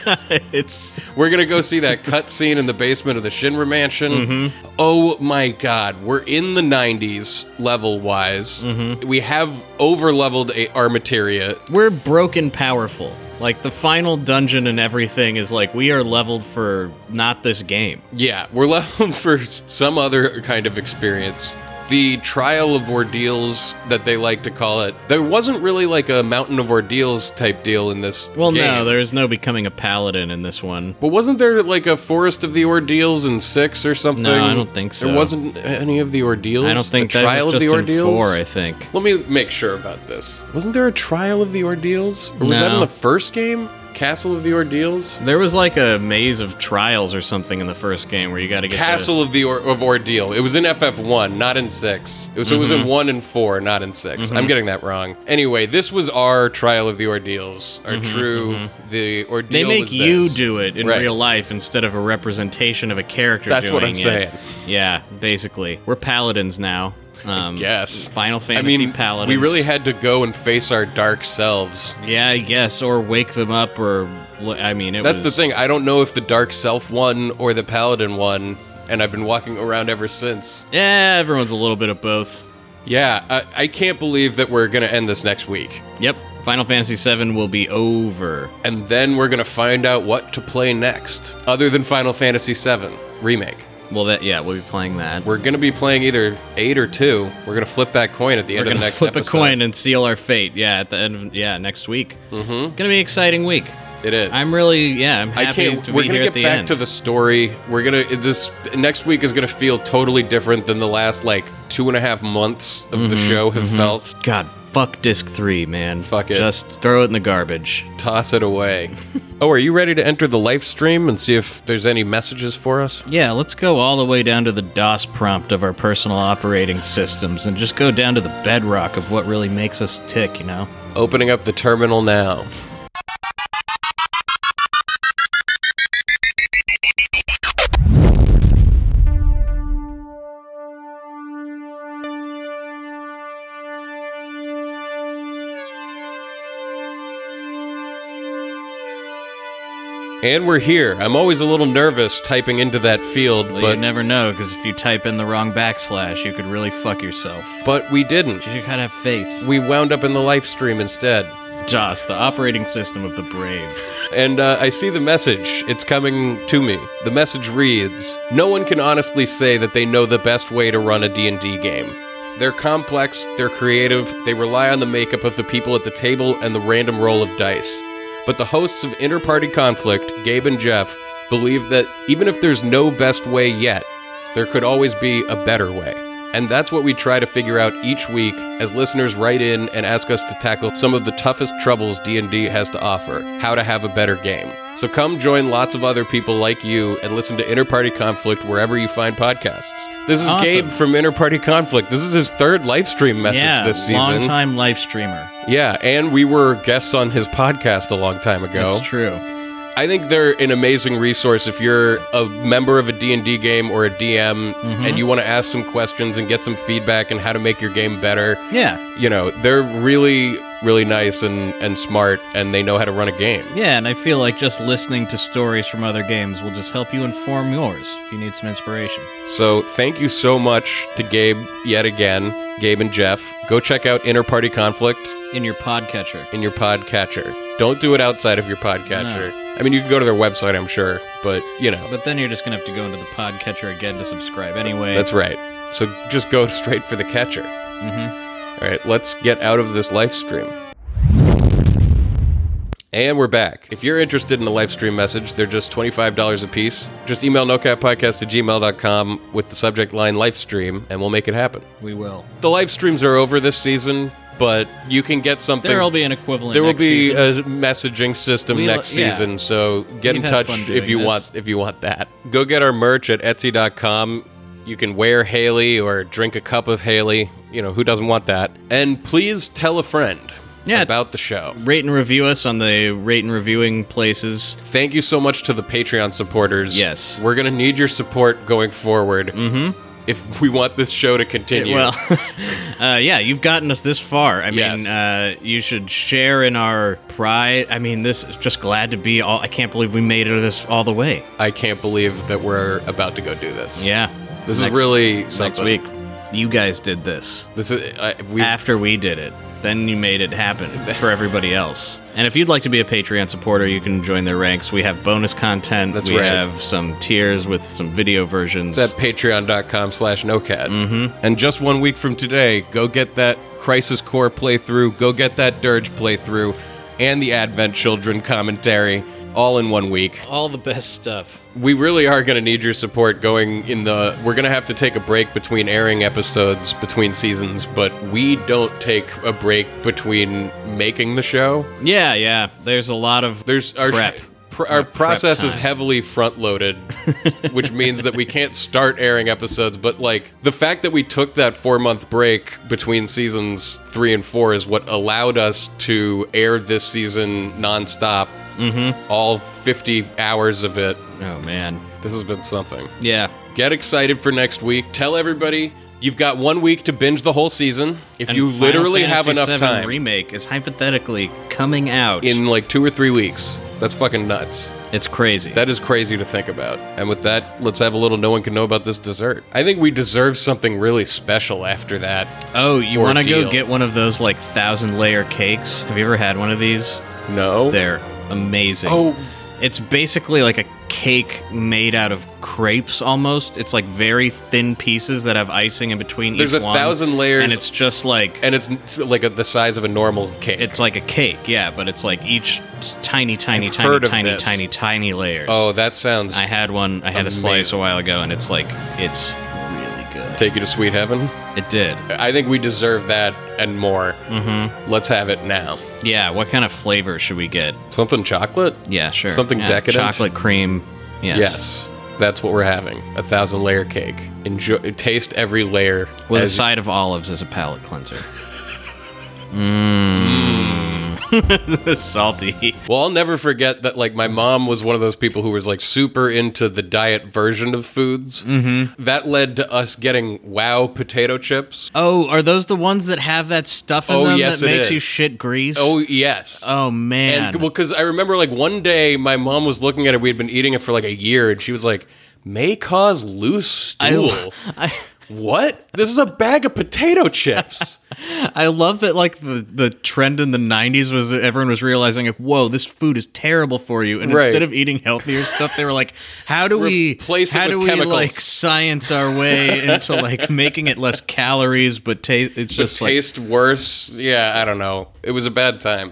it's we're going to go see that cutscene in the basement of the Shinra Mansion. Mm-hmm. Oh my God. We're in the 90s level wise. Mm-hmm. We have over leveled our materia. we're broken powerful. Like the final dungeon and everything is like we are leveled for not this game. Yeah, we're leveled for some other kind of experience. The trial of ordeals that they like to call it. There wasn't really like a mountain of ordeals type deal in this. Well, no, game. there's no becoming a paladin in this one. But wasn't there like a Forest of the Ordeals in six or something? No, I don't think so. There wasn't any of the ordeals. I don't think a that trial was of just the in ordeals. four. I think. Let me make sure about this. Wasn't there a trial of the ordeals? Or was that in No. the first game? Castle of the Ordeals? There was like a maze of trials or something in the first game where you got to get Castle of the or- of Ordeal. It was in FF1, not in 6. It was, it was Mm-hmm. in 1 and 4, not in 6. I'm getting that wrong. Anyway, this was our trial of the ordeals. Our true the ordeal The, Mm-hmm, they make was you this. do it in Right. real life instead of a representation of a character. That's what doing I'm it. saying. Yeah, basically, we're paladins now. Um, guess. Final I Fantasy mean, paladins. we really had to go and face our dark selves. Yeah, I guess, or wake them up, or I mean, it That's the was- thing. I don't know if the Dark Self won or the Paladin won, and I've been walking around ever since. Yeah, everyone's a little bit of both. Yeah, I, I can't believe that we're going to end this next week. Yep, Final Fantasy VII will be over. And then we're going to find out what to play next, other than Final Fantasy VII Remake. Well, that yeah, we'll be playing that. We're going to be playing either 8 or 2. We're going to flip that coin at the We're end of gonna the next flip episode. a coin and seal our fate. Yeah, at the end of yeah next week. Mm-hmm. Gonna be an exciting week. It is. I'm really yeah. I'm happy I can't. to we're be gonna here get at the back end. to the story. We're gonna this next week is gonna feel totally different than the last like two and a half months of the Mm-hmm, show have felt. God, fuck disc three, man. Fuck it. Just throw it in the garbage. Toss it away. oh, are you ready to enter the live stream and see if there's any messages for us? Yeah, let's go all the way down to the DOS prompt of our personal operating systems and just go down to the bedrock of what really makes us tick. You know. Opening up the terminal now. And we're here. I'm always a little nervous typing into that field, Well, but you never know because if you type in the wrong backslash, you could really fuck yourself. but we didn't. You should kind of have faith. We wound up in the live stream instead. DOS, the operating system of the brave. And uh, I see the message. It's coming to me. The message reads: No one can honestly say that they know the best way to run a D&D game. They're complex, they're creative, they rely on the makeup of the people at the table and the random roll of dice. But the hosts of Interparty Conflict, Gabe and Jeff, believe that even if there's no best way yet, there could always be a better way. And that's what we try to figure out each week as listeners write in and ask us to tackle some of the toughest troubles D&D has to offer, how to have a better game. So come join lots of other people like you and listen to Interparty Conflict wherever you find podcasts. This is Awesome. Gabe from Interparty Conflict. This is his third live stream message this season. Long-time live streamer. Yeah, and we were guests on his podcast a long time ago. That's true. I think they're an amazing resource if you're a member of a D&D game or a DM and you want to ask some questions and get some feedback on how to make your game better. Yeah. You know, they're really really nice and and smart and they know how to run a game. Yeah, and I feel like just listening to stories from other games will just help you inform yours if you need some inspiration. So, thank you so much to Gabe yet again, Gabe and Jeff. Go check out Inner Party Conflict In your podcatcher. in your podcatcher. Don't do it outside of your podcatcher. I mean, you can go to their website, I'm sure, but you know. But then you're just going to have to go into the podcatcher again to subscribe anyway. That's right. So just go straight for the catcher. Mm-hmm. All right, let's get out of this live stream. And we're back. If you're interested in the live stream message, they're just $25 a piece. Just email nocatpodcast at gmail.com with the subject line live stream, and we'll make it happen. We will. The live streams are over this season, but you can get something. There'll be an equivalent. There will next be uh, season. a messaging system We- next yeah. season, so get We've in had touch fun doing if you this. want if you want that. Go get our merch at etsy.com. You can wear Haley or drink a cup of Haley. You know, who doesn't want that? And please tell a friend Yeah. about the show. rate and review us on the rate and reviewing places. Thank you so much to the Patreon supporters. Yes. We're going to need your support going forward. Mm-hmm. If we want this show to continue. Well, uh, yeah, you've gotten us this far. I mean, Yes. uh, you should share in our pride. I mean, this is just glad to be all. I can't believe we made it this all the way. I can't believe that we're about to go do this. Yeah, This is Next- really next something. week. You guys did this This is I, we after we did it. Then you made it happen for everybody else. And if you'd like to be a Patreon supporter, you can join their ranks. We have bonus content. That's we right. have some tiers with some video versions. It's at patreon.com slash nocad. Mm-hmm. And just one week from today, go get that Crisis Core playthrough, go get that Dirge playthrough, and the Advent Children commentary all in one week. All the best stuff. We really are going to need your support going in the. We're going to have to take a break between airing episodes, between seasons, but we don't take a break between making the show. yeah, yeah. There's a lot of There's our Prep. Pr- our process is time. heavily front loaded, which means that we can't start airing episodes. But like the fact that we took that four month break between seasons three and four is what allowed us to air this season nonstop, mm-hmm. all fifty hours of it. Oh man. This has been something. Yeah. Get excited for next week. Tell everybody you've got one week to binge the whole season. If And you Final literally Fantasy have enough VII time Remake is hypothetically coming out. in like two or three weeks, that's fucking nuts. it's crazy. That is crazy to think about. And with that, let's have a little no one can know about this dessert. I think we deserve something really special after that. oh, you want to ordeal. go get one of those like thousand layer cakes? Have you ever had one of these? No. They're amazing. Oh, It's basically like a cake made out of crepes almost. It's like very thin pieces that have icing in between There's each a one, thousand layers. and it's just like and it's, it's like a, the size of a normal cake. it's like a cake, yeah, but it's like each tiny tiny I've tiny heard of tiny this. tiny tiny layers. oh, that sounds. I had one. I had a slice Amazing. a while ago, and it's like it's really good. take you to sweet heaven. It did. I think we deserve that and more. Mm-hmm. Let's have it now. Yeah. What kind of flavor should we get? Something chocolate? Yeah, sure. Something Yeah, decadent? Chocolate cream. Yes. Yes. That's what we're having. A thousand layer cake. Enjoy. Taste every layer. With a as- side of olives as a palate cleanser. Mm. Mmm. Salty. Well, I'll never forget that. Like, my mom was one of those people who was like super into the diet version of foods. Mm-hmm. That led to us getting wow potato chips. Oh, are those the ones that have that stuff in Oh, them yes, that it makes you is. shit grease? Oh yes. Oh, man. And well, because I remember like one day my mom was looking at it. We had been eating it for like a year, and she was like, "May cause loose stool." I, what? This is a bag of potato chips. I love that like the, the trend in the 90s was that everyone was realizing like whoa this food is terrible for you and Right. instead of eating healthier stuff they were like how do we Replace it how with do we chemicals." like science our way into like making it less calories but taste it's just like Taste worse. Yeah, I don't know. It was a bad time.